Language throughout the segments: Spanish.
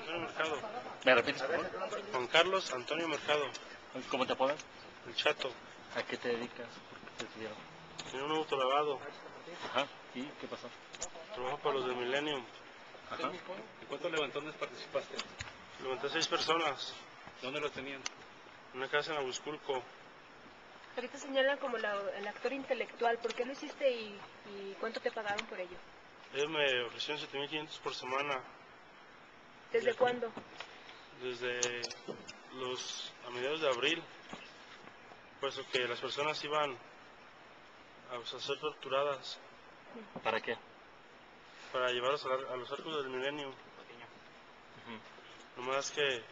Antonio Mercado. ¿Me repites, por favor? Juan Carlos Antonio Mercado, ¿Cómo te apodan? el chato. ¿A qué te dedicas? ¿Por qué te despidieron? Tenía un auto lavado. Ajá. ¿Y qué pasó? Trabajo para los de Millennium. Ajá. ¿En cuántos levantones participaste? Levanté seis personas. ¿Dónde los tenían? en Una casa en Abusculco. Pero te señalan como la- el actor intelectual. ¿Por qué lo hiciste y, y cuánto te pagaron por ello? Ellos me ofrecieron 7.500 por semana. ¿Desde cuándo? desde los a mediados de abril, puesto que las personas iban a, pues, a ser torturadas ¿Para qué? para llevarlos a, la- a los arcos del milenio. Nomás que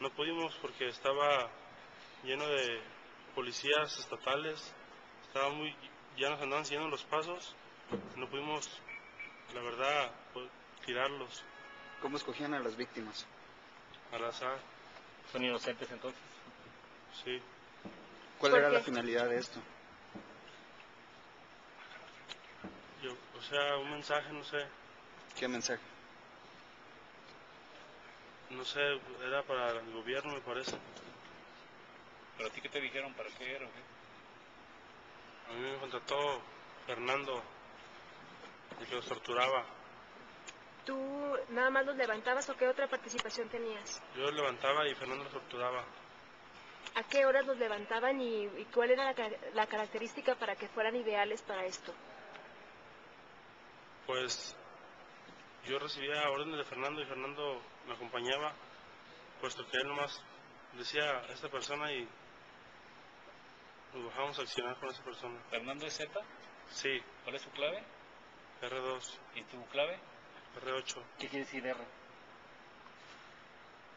no pudimos porque estaba lleno de policías estatales, estaba muy, ya nos andaban siguiendo los pasos, no pudimos, la verdad, pues, tirarlos ¿Cómo escogían a las víctimas? al azar, ¿Son inocentes entonces? sí. ¿Cuál ¿Por era qué? la finalidad de esto? Yo, o sea, un mensaje, no sé. ¿Qué mensaje? No sé, era para el gobierno, me parece. ¿Pero a ti qué te dijeron? ¿Para qué era? o qué? A mí me contrató Fernando, el que los torturaba. ¿Tú nada más los levantabas o qué otra participación tenías? Yo los levantaba y Fernando los torturaba. ¿A qué horas los levantaban y, y cuál era la, ca- la característica para que fueran ideales para esto? Pues yo recibía órdenes de Fernando y Fernando me acompañaba, puesto que él nomás decía a esta persona y nos bajábamos a accionar con esa persona. Fernando es Z, Sí, ¿cuál es su clave? R2, ¿Y tu clave? R8. ¿Qué quiere decir R?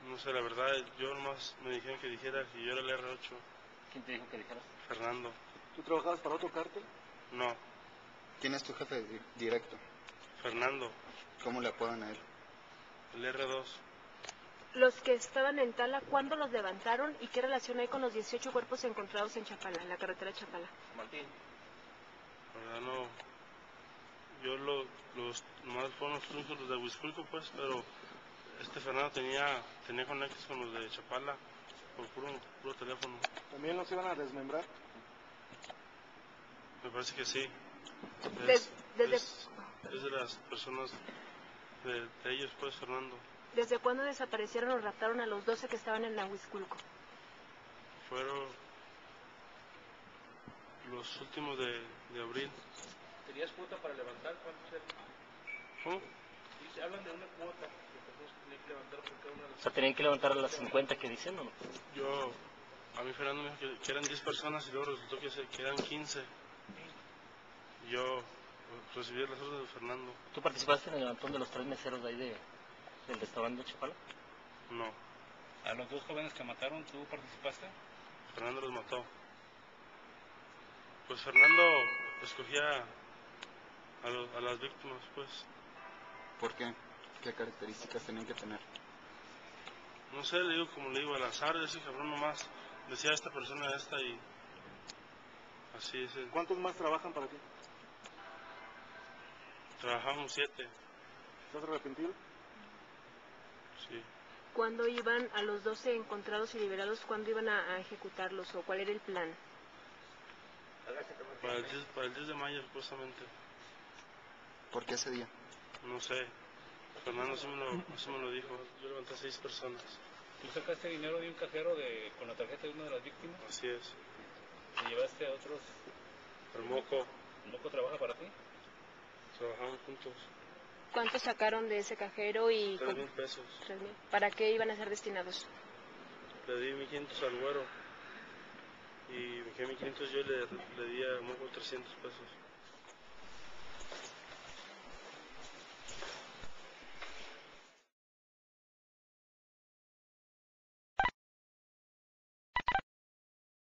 No sé, la verdad, yo nomás me dijeron que dijera que yo era el R8, ¿Quién te dijo que dijeras? Fernando. ¿Tú trabajabas para otro cártel? No, ¿Quién es tu jefe di- directo? Fernando, ¿Cómo le apodan a él? el R2. Los que estaban en Tala, ¿cuándo los levantaron y qué relación hay con los 18 cuerpos encontrados en Chapala, en la carretera de Chapala? Martín. La verdad no. Yo lo, los nomás fueron los únicos los de Huizculco pues, pero este Fernando tenía, tenía conexos con los de Chapala por puro, puro teléfono. ¿También los iban a desmembrar? Me parece que sí. Des- Es, desde- es- es de las personas de, de ellos pues Fernando. ¿Desde cuándo desaparecieron o raptaron a los 12 que estaban en Nahuizculco? Fueron los últimos de, de abril. ¿Tenías cuota para levantar? ¿Cuántos eran? ¿Cómo? Dice, hablan de una cuota que todos tenían que levantar por cada una de O sea, tenían que levantar a las 50 que dicen, ¿o ¿no? Yo, a mí Fernando me dijo que, que eran 10 personas y luego resultó que, se- que eran 15. Yo pues, recibí las órdenes de Fernando. ¿Tú participaste en el levantón de los tres meseros de ahí de, del restaurante de Chapala? No, las... A los dos jóvenes que mataron, ¿tú participaste? Fernando los mató. Pues Fernando escogía a, lo- a las víctimas, pues. ¿Por qué? ¿Qué características tenían que tener? No sé, le digo como le digo, al azar, ese cabrón nomás decía esta persona, esta y. Así es. eh. ¿Cuántos más trabajan para ti? Trabajamos siete, ¿Estás arrepentido? sí. ¿Cuándo iban a los 12 encontrados y liberados? ¿Cuándo iban a, a ejecutarlos o cuál era el plan? Para el 10, para el 10 de mayo, supuestamente. ¿Por qué ese día? No sé. Fernando sí me lo, sí me lo dijo. Yo levanté a seis personas. Tú sacaste este dinero de un cajero de, con la tarjeta de una de las víctimas Así es. y llevaste a otros. El moco, ¿El moco trabaja para ti? trabajamos juntos. ¿Cuánto sacaron de ese cajero y Tres con- mil pesos. tres mil? para qué iban a ser destinados? Le di 1500 al güero. Y me quedé 1500 yo le, le di a moco 300 pesos.